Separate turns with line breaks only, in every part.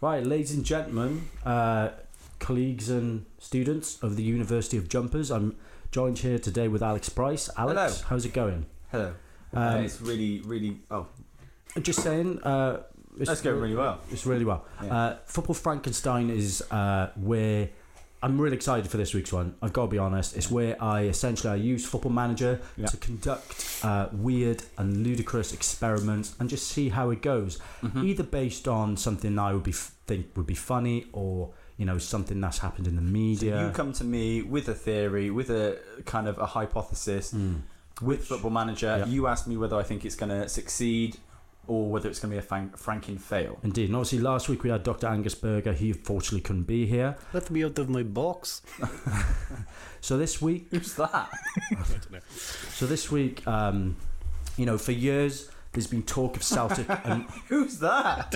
Right, ladies and gentlemen, uh, colleagues and students of the University of Jumpers, I'm joined here today with Alex Price. Alex,
Hello.
how's it going?
Hello. Uh,
Um,
it's really, really. Oh,
just saying, uh, it's,
that's going really well.
It's really well.
Yeah.
Uh, Football Frankenstein is uh, where I'm really excited for this week's one. I've got to be honest. It's where I essentially I use Football Manager
Yeah.
to conduct uh, weird and ludicrous experiments and just see how it goes,
Hmm.
either based on something I would be think would be funny or you know something that's happened in the
You
media.
come to me with a theory, with a kind of a hypothesis,
Mm.
with Football Manager.
Yeah.
You ask me whether I think it's going to succeed or whether it's going to be a fan- Franken fail.
Indeed, and obviously last week we had Dr. Angus Berger. He unfortunately couldn't be here.
Let me out of my box.
So this week
Who's that?
So this week, um, you know, for years there's been talk of Celtic. and,
Who's that?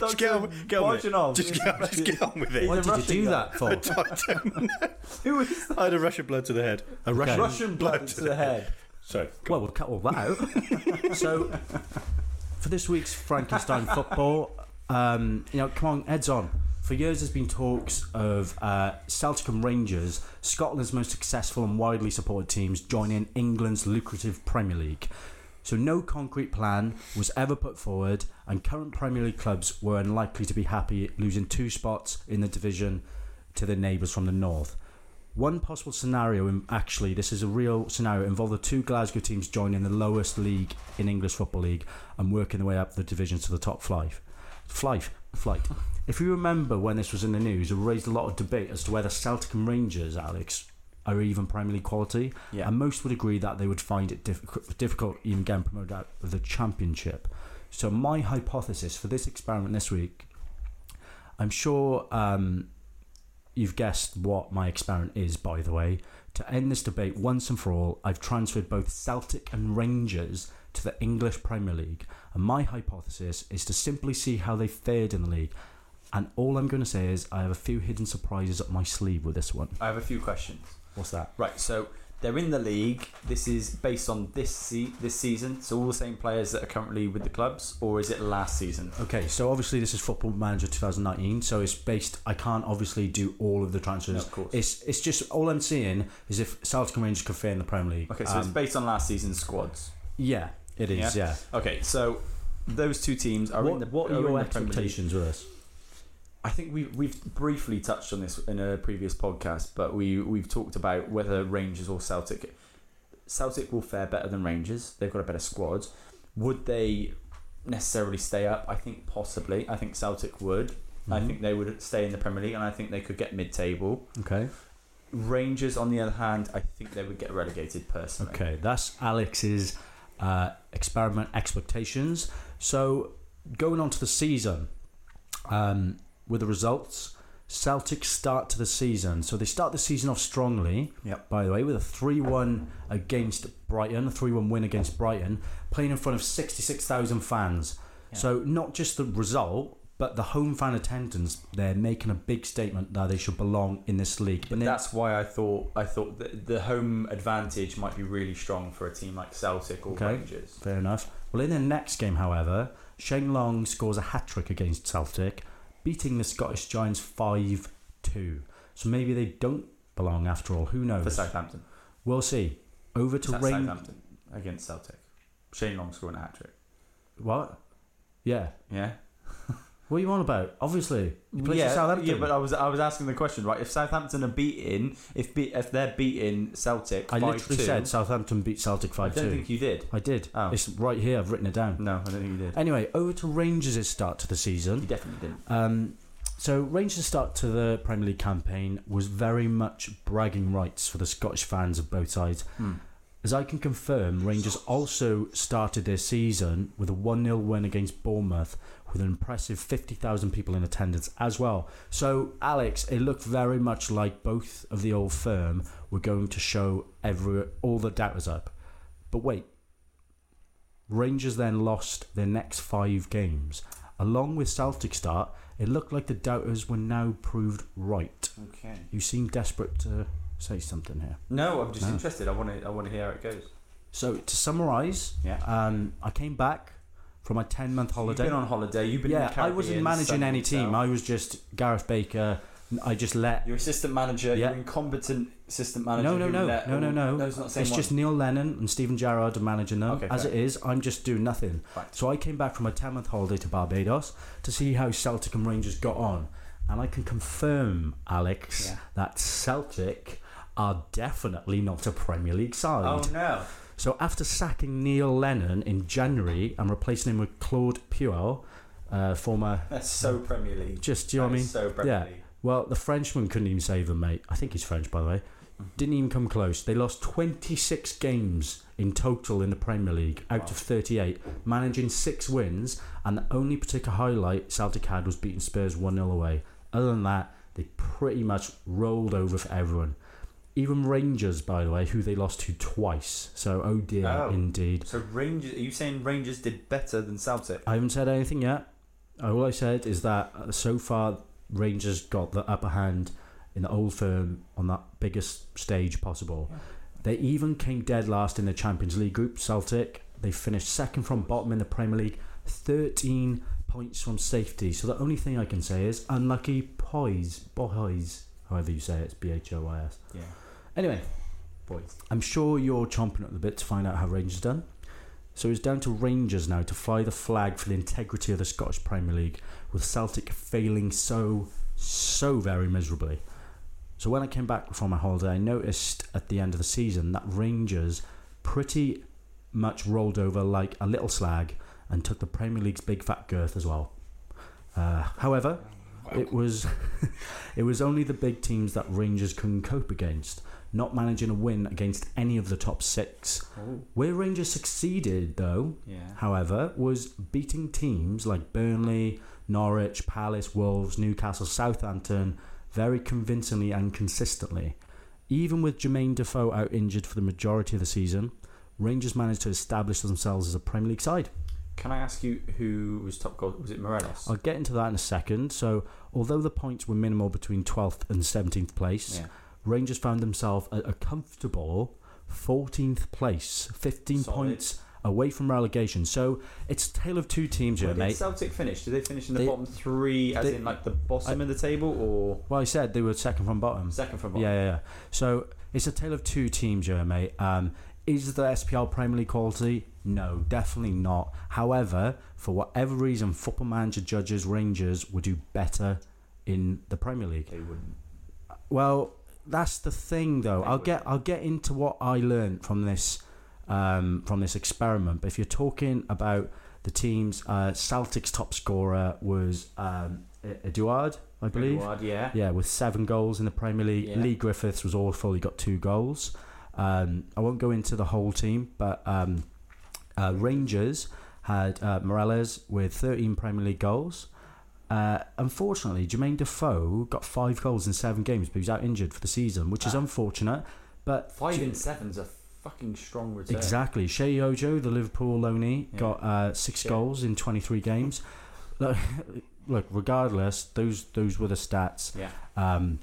Dr.
get on- get on with it.
Bojanov.
Just get, just get on with it.
why
a
did you
Russian
do
guy.
that for?
Who is that?
I had a Russian blood to the head. A Russian,
Russian blood to the head.
Sorry.
well, we'll cut all that out. so for this week's Frankenstein football, um, you know, come on, heads on. For years, there's been talks of uh, Celtic and Rangers, Scotland's most successful and widely supported teams, joining England's lucrative Premier League. So no concrete plan was ever put forward, and current Premier League clubs were unlikely to be happy losing two spots in the division to their neighbours from the north. One possible scenario, in- actually, this is a real scenario, involved the two Glasgow teams joining the lowest league in English Football League and working their way up the divisions to the top flight. Flight, flight. If you remember when this was in the news, it raised a lot of debate as to whether Celtic and Rangers, Alex, are even Premier League quality.
Yeah.
And most would agree that they would find it difficult, difficult even getting promoted out of the Championship. So, my hypothesis for this experiment this week, I'm sure um, you've guessed what my experiment is, by the way. To end this debate once and for all, I've transferred both Celtic and Rangers to the English Premier League. And my hypothesis is to simply see how they fared in the league. And all I'm going to say is I have a few hidden surprises up my sleeve with this one.
I have a few questions.
What's that?
Right, so they're in the league. This is based on this se- this season. So all the same players that are currently with the clubs, or is it last season?
Okay, so obviously this is Football Manager 2019, so it's based. I can't obviously do all of the transfers.
No, of course.
It's it's just all I'm seeing is if Celtic and Rangers could fare in the Premier League.
Okay, so it's
Um,
based on last season's squads.
yeah, it is. Yeah.
Okay, so those two teams are in
What,
the.
what are
in
your
the Premier League.
expectations with us?
I think we we've briefly touched on this in a previous podcast, but we we've talked about whether Rangers or Celtic. Celtic will fare better than Rangers. They've got a better squad. Would they necessarily stay up? I think possibly. I think Celtic would. I
Mhm.
think they would stay in the Premier League, and I think they could get mid-table.
Okay.
Rangers, on the other hand, I think they would get relegated personally.
Okay, that's Alex's uh, experiment expectations. So, going on to the season, um, with the results, Celtic start to the season. So, they start the season off strongly,
Yep.
by the way, with a 3 1 against Brighton, a 3 1 win against Brighton, playing in front of 66,000 fans.
Yeah.
So, not just the result. But the home fan attendance, they're making a big statement that they should belong in this league.
But
And they-
that's why I thought I thought that the home advantage might be really strong for a team like Celtic or
Okay.
Rangers.
Fair enough. Well, in their next game, however, Sheng Long scores a hat trick against Celtic, beating the Scottish Giants 5 2. So maybe they don't belong after all. Who knows?
For Southampton.
We'll see. Over to
Sa-
Rain.
Southampton against Celtic. Shane Long scoring a hat trick.
What? Yeah.
Yeah.
What are you on about? Obviously. You play
yeah,
for Southampton.
yeah, but I was I was asking the question right. If Southampton are beating, if be, if they're beating Celtic,
I
5-2,
literally said Southampton beat Celtic 5
I don't
2.
think you did.
I did.
Oh.
It's right here. I've written it down.
No, I don't think you did.
Anyway, over to Rangers' start to the season.
You definitely didn't.
Um, so Rangers' start to the Premier League campaign was very much bragging rights for the Scottish fans of both sides.
Hmm.
As I can confirm, Rangers also started their season with a 1 0 win against Bournemouth with an impressive 50,000 people in attendance as well. So, Alex, it looked very much like both of the old firm were going to show every all the doubters up. But wait, Rangers then lost their next five games. Along with Celtic start, it looked like the doubters were now proved right.
Okay.
You seem desperate to say something here.
No, I'm just
No.
interested. I want to I want to hear how it goes.
So to summarise,
Yeah.
um, I came back from my 10 month holiday.
You've been on holiday. You've been. in
yeah,
the
I wasn't
Caribbean,
managing
sun
any
yourself.
team. I was just Gareth Baker. I just let.
Your assistant manager,
Yeah.
your incompetent assistant manager.
No, no,
who
no.
let-
No, no, no.
No, it's not the same
It's
one.
just Neil Lennon and Stephen Gerrard are managing them.
Okay,
As
fair.
it is, I'm just doing nothing.
Right.
So I came back from a 10 month holiday to Barbados to see how Celtic and Rangers got on. And I can confirm, Alex,
Yeah.
that Celtic are definitely not a Premier League side.
Oh no!
So after sacking Neil Lennon in January and replacing him with Claude Puel, uh, former,
That's so Premier League.
just do you know
That
what I mean?
is So Premier
Yeah.
League.
Well, the Frenchman couldn't even save them, mate. I think he's French, by the way.
Mm-hmm.
Didn't even come close. They lost 26 games in total in the Premier League out
Wow.
of 38, managing six wins. And the only particular highlight Celtic had was beating Spurs 1 0 away. Other than that, they pretty much rolled over for everyone. Even Rangers, by the way, who they lost to twice. So, oh dear,
Oh.
indeed.
So Rangers, are you saying Rangers did better than Celtic?
I haven't said anything yet. All I said is that uh, so far Rangers got the upper hand in the old firm on that biggest stage possible.
Yeah.
They even came dead last in the Champions League group, Celtic. They finished second from bottom in the Premier League, 13 points from safety. So the only thing I can say is unlucky poise, boys, however you say it, it's B H O I S.
Yeah.
Anyway,
Boys.
I'm sure you're chomping at the bit to find out how Rangers done. So it's down to Rangers now to fly the flag for the integrity of the Scottish Premier League, with Celtic failing so, so very miserably. So when I came back from my holiday, I noticed at the end of the season that Rangers pretty much rolled over like a little slag and took the Premier League's big fat girth as well. Uh, however, it was it was only the big teams that Rangers couldn't cope against, not managing a win against any of the top six.
Oh.
Where Rangers succeeded though,
Yeah.
however, was beating teams like Burnley, Norwich, Palace, Wolves, Newcastle, Southampton very convincingly and consistently. Even with Jermaine Defoe out injured for the majority of the season, Rangers managed to establish themselves as a Premier League side.
Can I ask you who was top goal? Was it Morelos?
I'll get into that in a second. So, although the points were minimal between 12th and 17th place,
Yeah.
Rangers found themselves at a comfortable 14th place, 15
Solid.
points away from relegation. So, it's a tale of two teams here,
Where did
mate.
Celtic finish? Did they finish in the
They-
bottom three, as
they-
in like the bottom of the table, or
Well, I said they were second from bottom.
second from bottom?
Yeah, yeah, yeah. So, it's a tale of two teams here, mate. Um, is the SPL Premier League quality? No, definitely not. However, for whatever reason, football manager judges Rangers will do better in the Premier League.
They wouldn't.
Well, that's the thing, though.
They
I'll
would.
get I'll get into what I learned from this um, from this experiment. But if you're talking about the teams, uh, Celtic's top scorer was um, E- Eduard, I believe.
Edouard, yeah.
Yeah, with seven goals in the Premier League.
Yeah.
Lee Griffiths was awful. He got two goals. Um, I won't go into the whole team, but um, uh, Rangers had uh, Morales with 13 Premier League goals. Uh, unfortunately, Jermaine Defoe got five goals in seven games, but he was out injured for the season, which is
Ah.
unfortunate. But
Five
Ju-
and seven's a fucking strong return.
Exactly. Shea Ojo, the Liverpool loanee,
Yeah.
got uh, six
Shea.
goals in 23 games. look, look, regardless, those those were the stats.
Yeah.
Um,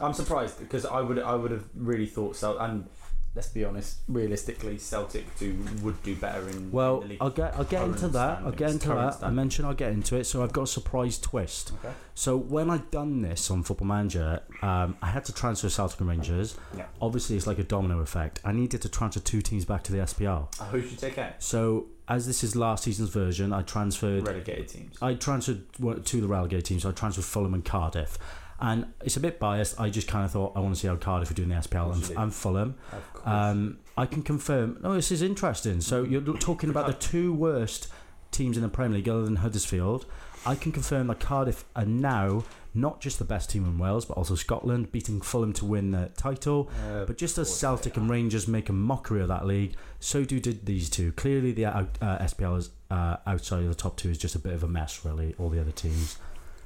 I'm surprised because I would I would have really thought so. And let's be honest, realistically, Celtic do would do better in. in
Well,
the league.
I'll get I'll get
Current
into that. I'll get
standings,
into
current
that. I
standings.
mentioned I'll get into it. So I've got a surprise twist.
Okay.
So when I'd done this on Football Manager, um, I had to transfer Celtic and Rangers.
Yeah.
Obviously, it's like a domino effect. I needed to transfer two teams back to the SPL.
Uh, who should take out?
So as this is last season's version, I transferred
Relegated teams.
I transferred well, to the relegated team, so I transferred Fulham and Cardiff. And it's a bit biased. I just kind of thought I want to see how Cardiff are doing in the SPL
Obviously.
and, and Fulham.
Of course. Mm-hmm.
Um, I can confirm. No, this is interesting. So you're talking about the two worst teams in the Premier League, other than Huddersfield. I can confirm that Cardiff are now not just the best team in Wales, but also Scotland, beating Fulham to win the title.
Uh,
But just as
Of course they
Celtic and Rangers make a mockery of that league, so do did these two. Clearly, the out, uh, SPL is uh, outside of the top two is just a bit of a mess, really. All the other teams.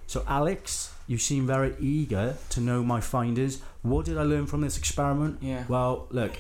So, Alex, you seem very eager to know my findings. What did I learn from this experiment?
yeah.
Well, look,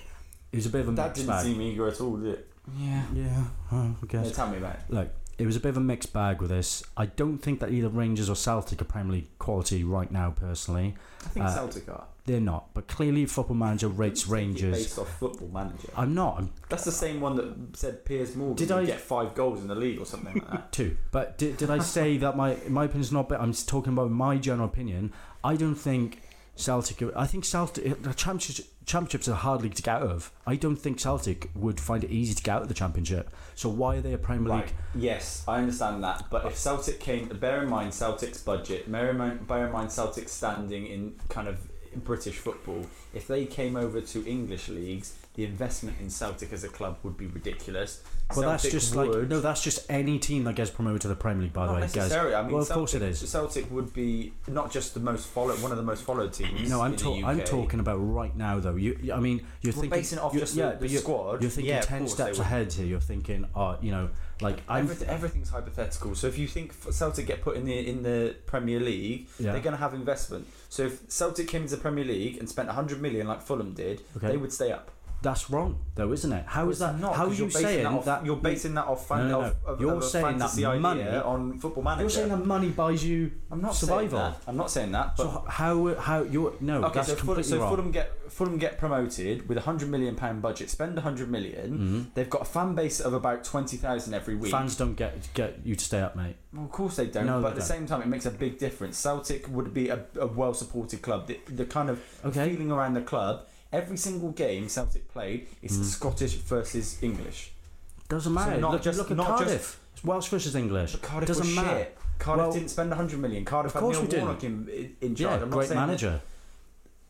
it was a bit of a
that
mixed
didn't
bag.
seem eager at all, did it? Yeah.
yeah, oh, I guess.
tell me about it.
Look, It was a bit of a mixed bag with this. I don't think that either Rangers or Celtic are Premier League quality right now, personally.
I think
Uh,
Celtic are.
They're not. But clearly, Football Manager rates Rangers.
Based off Football Manager.
I'm not. I'm
That's the same one that said Piers Morgan
Did
did I
I-
get five goals in the league or something like that.
two. But did, did I say that my my opinion's not better? I'm just talking about my general opinion. I don't think Celtic. I think Celtic. uh, The championship, championships are hard league to get out of. I don't think Celtic would find it easy to get out of the championship. So why are they a Premier
Right.
League?
Yes, I understand that. But if Celtic came, bear in mind Celtic's budget, bear in mind, bear in mind Celtic's standing in kind of British football. If they came over to English leagues, the investment in Celtic as a club would be ridiculous.
Well, that's
Celtic
just like
would-
no, that's just any team that gets promoted to the Premier League. By the
Not
way, guys.
necessarily. I mean,
Well, of
Celtic,
course it is.
Celtic would be not just the most followed, one of the most followed teams.
No, I'm
in
talking.
the
I'm
UK.
talking about right now, though. You, you- I mean, you're
We're
thinking.
basing it off
you're-
just the,
yeah,
the
but you're,
squad.
you're thinking
Yeah, of
ten
course they
steps
would.
ahead here. You're thinking, oh, you know, like I'm.
Everyth- everything's hypothetical. So if you think F- Celtic get put in the in the Premier League,
Yeah.
they're going to have investment. So if Celtic came into the Premier League and spent 100 million like Fulham did,
Okay.
they would stay up.
That's wrong, though, isn't it? How is
It's
that?
not,
how are
'cause
you
you're basing
saying
that, off,
that?
you're basing that off, fan-
No, no, no.
off of,
You're
of a
saying that
fantasy idea
money-
on Football Manager.
You're saying that money buys you
I'm not
survival.
Saying that. I'm not saying that. But
so h- how how you're no?
okay,
Oh, that's
so, Fulham,
completely
so
wrong.
Fulham get Fulham get promoted with a 100 million pound budget, spend 100 million.
Mhm.
They've got a fan base of about 20,000 every week.
Fans don't get get you to stay up, mate.
Well, of course they don't,
No,
but
they
at the
don't.
same time, it makes a big difference. Celtic would be a, a well supported club. The, the kind of
Okay.
feeling around the club, every single game Celtic played
Mm.
is Scottish versus English.
Doesn't matter.
not
look,
just-
look at
not just-
Cardiff. It's Welsh versus English.
But Cardiff
Doesn't
was
matter.
shit. Cardiff
Well,
didn't spend 100 million. Cardiff
of course
had
we didn't.
Neil Warnock in, in- in charge.
Yeah,
I'm not
great
saying that-
manager.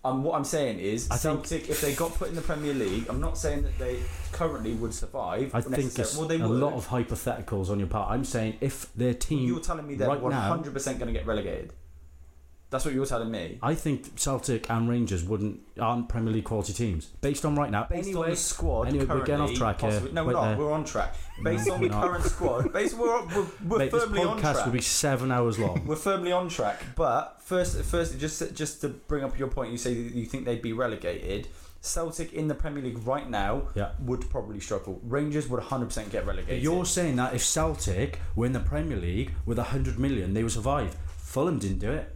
Um, what I'm saying is,
I think-
Celtic, if they got put in the Premier League, I'm not saying that they currently would survive.
I think
necessar-
it's
well, they
a
would.
lot of hypotheticals on your part. I'm saying if their team
You're telling me they're
right now-
100% going to get relegated. That's what you're telling me.
I think Celtic and Rangers wouldn't aren't Premier League quality teams based on right now.
Based
anyway,
on the squad,
anyway, we're
currently,
getting off track here.
possibly- No, we're
Wait
not.
there.
We're on track. Based
No,
on
we're
the
not.
current squad, based we're we're, we're
mate, this
firmly on
podcast
track.
would be seven hours long.
We're firmly on track. But first, first, just just to bring up your point, you say that you think they'd be relegated. Celtic in the Premier League right now
Yeah.
would probably struggle. Rangers would 100% get
But
relegated.
you're saying that if Celtic were in the Premier League with hundred million, they would survive. Fulham didn't do it.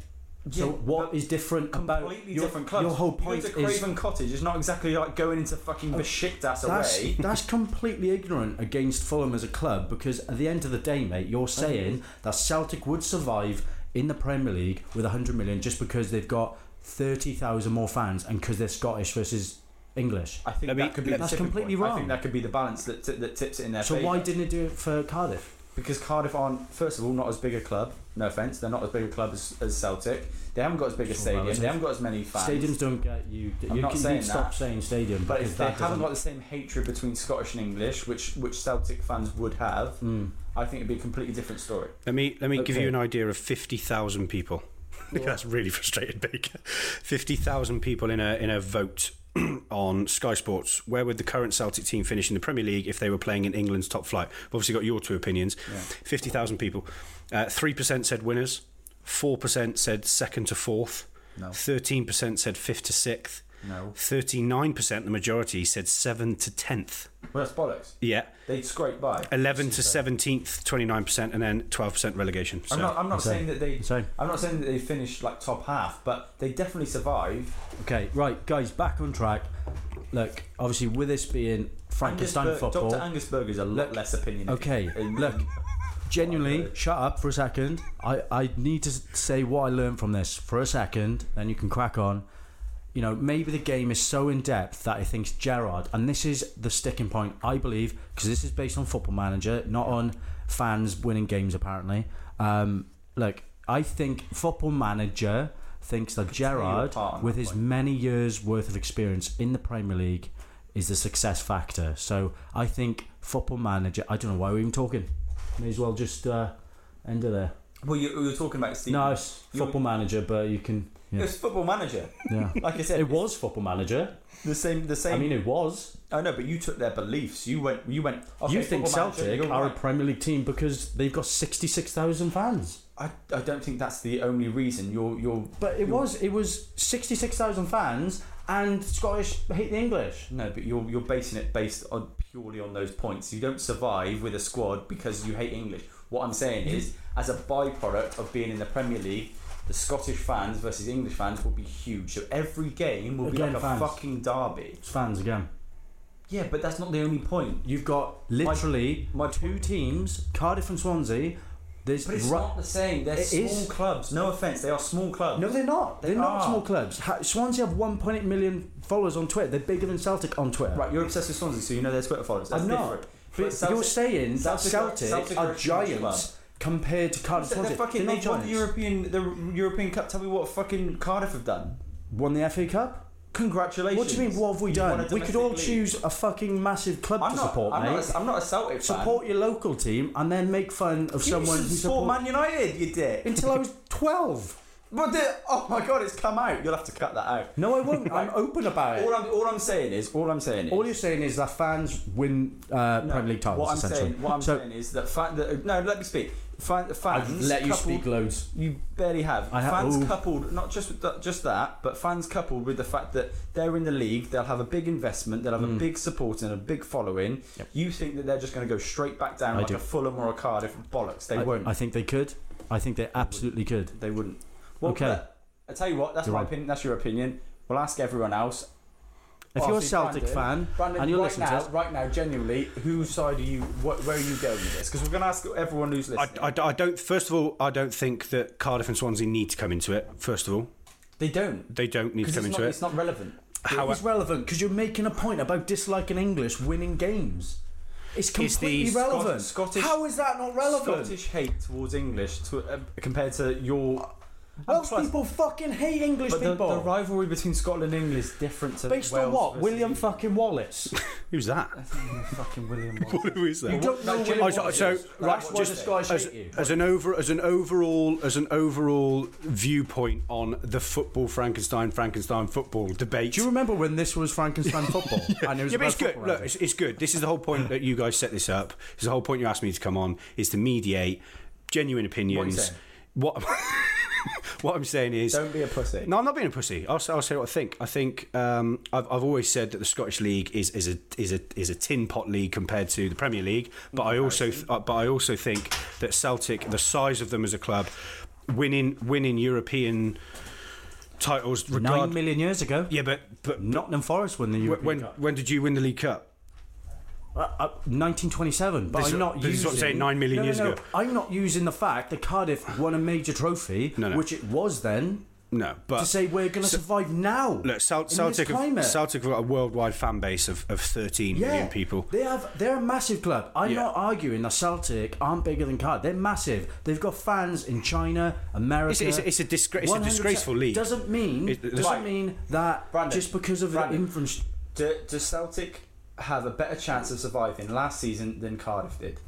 So
Yeah,
what
but
is different about
completely
your,
different clubs.
Your whole
You go
point
to
is
Craven Cottage is not exactly like going into fucking
Oh,
Besiktas
that's,
away.
that's completely ignorant against Fulham as a club because at the end of the day, mate, you're saying that Celtic would survive in the Premier League with 100 million just because they've got 30,000 more fans and because they're Scottish versus English.
I think
Let me-
that could be
let-
the
That's
tipping
completely
point. I
wrong.
think that could be the balance that, t- that tips it in their
So
favour.
why didn't it do it for Cardiff?
Because Cardiff aren't, first of all, not as big a club. No offence, they're not as big a club as, as Celtic. They haven't got as big a
It's all
stadium.
relative.
They haven't got as many fans.
Stadiums don't get you.
I'm
you
not
can,
saying
you stop
that.
saying stadium.
But
because
if they
that
haven't
doesn't-
got the same hatred between Scottish and English, which which Celtic fans would have,
Mm.
I think it'd be a completely different story.
Let me let me give
Okay.
you an idea of fifty thousand people. That's really frustrated, Baker. Fifty thousand people in a in a vote on Sky Sports. Where would the current Celtic team finish in the Premier League if they were playing in England's top flight? We've obviously got your two opinions. Fifty thousand people. Uh, Three percent said winners. Four percent said second to fourth.
No.
Thirteen percent said fifth to sixth.
No.
Thirty-nine percent, the majority said seven to tenth.
Well, that's bollocks.
Yeah,
They'd scrape by.
eleven to seventeenth, twenty-nine percent, and then twelve percent relegation. So.
I'm not, I'm not
So-
saying that they.
so-
I'm not saying that they finish like top half, but they definitely survive.
Okay, right, guys, back on track. Look, obviously, with this being Frankenstein
Angus Berg-
football.
Dr. Angus Berg is a lot
Look-
less opinionated.
Okay,
in-
look, genuinely, shut up for a second. I, I need to s- say what I learned from this for a second, then you can crack on. You know, maybe the game is so in depth that it thinks Gerard, and this is the sticking point, I believe, because this is based on Football Manager, not on fans winning games, apparently. Um, look, I think Football Manager thinks that
tear you
Gerard,
apart on
with
that
his
point.
many years worth of experience in the Premier League, is the success factor. So I think Football Manager. I don't know why we're even talking. May as well just uh, end it there.
Well, you, you were talking about Steve.
No, it's
You-
Football Manager, but you can.
It
Yeah,
was football manager.
yeah.
Like I said,
It was Football Manager.
the same. The same.
I mean, it was.
I know, but you took their beliefs. You went. You went. Okay,
you think
football manager,
Celtic
you're
are
right.
a Premier League team because they've got sixty-six thousand fans.
I, I don't think that's the only reason you're you're.
But it
you're-
was it was sixty-six thousand fans, and Scottish hate the English.
No, but you're you're basing it based on purely on those points. You don't survive with a squad because you hate English. What I'm saying is, as a byproduct of being in the Premier League, the Scottish fans versus English fans will be huge. So every game will be
Again,
like
fans.
a fucking derby.
It's fans again.
Yeah, but that's not the only point.
You've got literally
My
two teams, Cardiff and Swansea. There's
But it's
ru-
not the same. They're
It
small
is.
clubs. No offense, they are small clubs.
No, they're not. They're
They
not
are.
small clubs. Ha- Swansea have 1.8 million followers on Twitter. They're bigger than Celtic on Twitter.
Right, you're obsessed with Swansea, so you know their Twitter followers. That's
I'm not.
different.
But you're saying that Celtic,
Celtic- Celtic are
are
a huge
giants compared to Cardiff.
They're,
Swansea.
fucking.
They're
They
not
won the
giants.
European, the European Cup. Tell me what fucking Cardiff have done.
Won the FA Cup.
Congratulations.
What do you mean? What have we
You've won
done?
a
We could all
domestic league.
choose a fucking massive club
I'm
to
not,
support,
I'm
mate.
Not a, I'm not a Celtic fan.
support your local team and then make fun of
You
someone
used
who
to support
supports.
Man United. You dick.
Until I was 12.
But the, oh my god, it's come out. You'll have to cut that out.
No, I won't. I'm open about it.
All I'm, all I'm saying is, all I'm saying is,
All you're saying is that fans win uh,
No,
Premier League titles,
What I'm
essentially.
saying, what I'm
so
saying is that, fan, that no, let me speak. Fan, the fans,
I've let you
coupled-
speak loads.
You barely have.
I ha-
fans
ooh.
coupled, not just with that, just that, but fans coupled with the fact that they're in the league, they'll have a big investment, they'll have a big support and a big following.
Mm. Yep.
You think that they're just going to go straight back down
I
like
do.
a Fulham or a Cardiff? Bollocks, they
I,
won't.
I think they could. I think they absolutely could.
they wouldn't. Well,
Okay.
look, I tell you what, that's
You're
my
right.
opinion. That's your opinion. We'll ask everyone else.
If
Well,
you're a
see,
Celtic fan
Brandon,
and you're
right
listening
now,
to us,
right now, genuinely, whose side are you? What, where are you going with this? Because we're going to ask everyone who's
I,
listening.
I, I don't. First of all, I don't think that Cardiff and Swansea need to come into it. First of all,
they don't.
they don't need to
Because it's,
come into
not-
it.
it's not relevant.
How-
it's relevant because you're making a point about disliking English winning games. It's completely
the
relevant.
Scot- Scottish-
How is that not relevant?
Scottish hate towards English to, uh, compared to your.
Welsh
Plus-
people fucking hate English
but the,
people.
the rivalry between Scotland and England is different to
Based on
Wales
what?
versus-
William fucking Wallace.
Who's that?
fucking William. Wallace.
Who is that?
you don't know
No,
William
I,
Wallace
so,
Wallace.
so
is.
right,
That's why the
just
Scottish
as,
hate you.
as an over as an overall as an overall viewpoint on the football Frankenstein Frankenstein football debate.
Do you remember when this was Frankenstein football? And it was
yeah, but
about
it's good.
football,
Look,
I think?
it's, it's good. This is the whole point that you guys set this up. It's the whole point you asked me to come on is to mediate genuine opinions.
saying?
What what I'm saying is
Don't be a pussy.
no, I'm not being a pussy. I'll, say- I'll say what I think. I think um, I've, I've always said that the Scottish League is, is a is a is a tin pot league compared to the Premier League. But I also th- uh, but I also think that Celtic, the size of them as a club, winning winning European titles. Regard-
Nine million years ago,
yeah, but but
Nottingham Forest won the European
when
Cup.
when did you win the League Cup?
Uh, uh, 1927, but
This is
I'm
what-
not using.
this is what I'm saying, nine million
No, no,
years
no.
ago.
I'm not using the fact that Cardiff won a major trophy,
No, no.
which it was then,
No, but
to say we're going to survive now.
look,
in
Celt-
this
Celtic have,
climate.
Celtic have got a worldwide fan base of, of 13 million
yeah,
people.
They have. They're a massive club. I'm
Yeah.
not arguing that Celtic aren't bigger than Cardiff. They're massive. They've got fans in China,
It's,
America.
it's, it's a disgra- it's a
100%
disgraceful league.
Doesn't mean
It-
doesn't
Right.
mean that
Brandon,
just because of
Brandon.
the influence.
Do, do Celtic have a better chance of surviving last season than Cardiff did?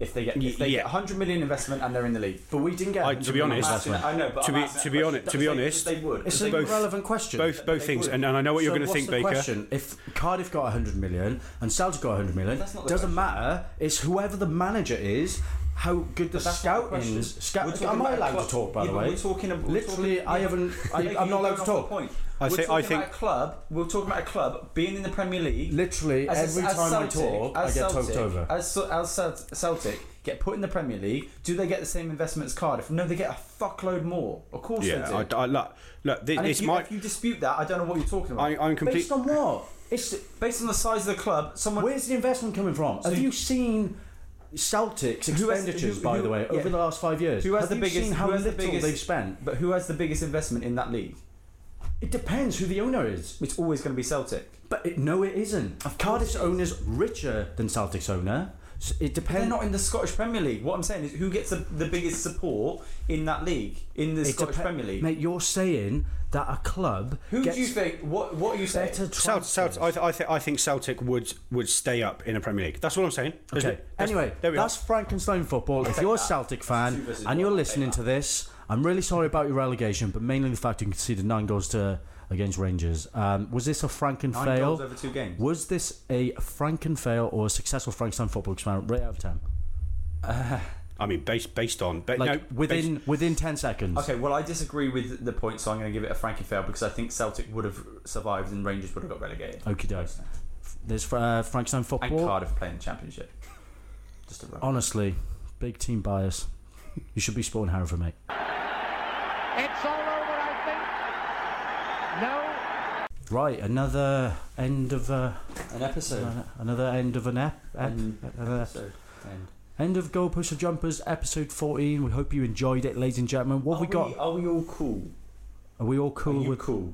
If they get, if they
Yeah.
get 100 million investment and they're in the league.
But we didn't get.
I- to be
100
I'm
honest,
asking- I know, but
to
I'm
be-
asking
to
that
be
question.
honest- to be
They-
honest,
they would.
It's
They
an
both-
irrelevant question.
both both
they
things,
would.
and, and I know what you're
So
going to
what's
think,
the
Baker.
Question? If Cardiff got 100 million and Celtic got 100 million,
That's not the
doesn't
question.
matter. It's whoever the manager is, how good the
But that's not the
scouting
question.
is. Scout-
We're talking
am I
about
allowed
club-
to talk, by
yeah,
the
but
way?
We're talking about,
Literally, I haven't. I,
Yeah,
I'm
you're
not allowed
going
to
off the
talk.
Point.
I
we're
think- I
talking
think-
about a club. We're talking about a club being in the Premier League.
Literally,
As-
every
as
time I
Celtic-
talk, I
as
get
Celtic,
talked over.
As, Ce- as Celt- Celtic get put in the Premier League, do they get the same investment as Cardiff? No, they get a fuckload more. Of course
Yeah,
they
I,
do.
I, look, look, thi-
and
it's
if you,
my.
if you dispute that, I don't know what you're talking about.
I, I'm complete.
Based on what? It's
Based on the size of the club, someone
where's the investment coming from? Have you seen? Celtic's
Who has-
expenditures,
who-
by
who-
the way,
yeah.
over the last five years.
Who has
Have
the
you
biggest-
Seen how
who has the
little
biggest-
they've spent.
But who has the biggest investment in that league?
It depends who the owner is.
It's always going to be Celtic.
But it, no, it isn't. Cardiff's owner's richer than Celtic's owner. S- it
They're
depends.
not in the Scottish Premier League. What I'm saying is, who gets the, the biggest support in that league in the
It
Scottish
depe-
Premier League?
Mate, you're saying that a club
Who
gets
do you think? What What are you saying?
better
Celt,
transfers?
Celt, I, th- I, th- I think Celtic would would stay up in a Premier League. That's what I'm saying. There's
Okay.
no- that's-
Anyway,
there we are.
that's Frankenstein football. If you're a Celtic
Two
fan
versus
and you're
one, I'll
listening
take
to this, I'm really sorry about your relegation, but mainly the fact you conceded nine goals to against Rangers. Um, was this a Frankenfail?
Nine goals over two games.
Was this a Frankenfail or a successful Frankenstein football experiment? Rate out of ten,
I mean, based based on, but
like
no,
within within ten seconds.
Okay, well, I disagree with the point, so I'm going to give it a Frankie fail because I think Celtic would have survived and Rangers would have got relegated.
Okie doke. There's uh, Frankenstein
And
football.
Cardiff playing the Championship. Just a run.
Honestly, Big team bias. You should be supporting Hereford, mate.
It's all over, I think. No.
Right, another end of a,
An episode.
another end of an ep, ep-
An
another
episode. End.
end of Goal Pusher Jumpers episode fourteen. We hope you enjoyed it, ladies and gentlemen. What
Are
we got?
Are we all cool?
Are we all
Are
cool
you
with?
cool?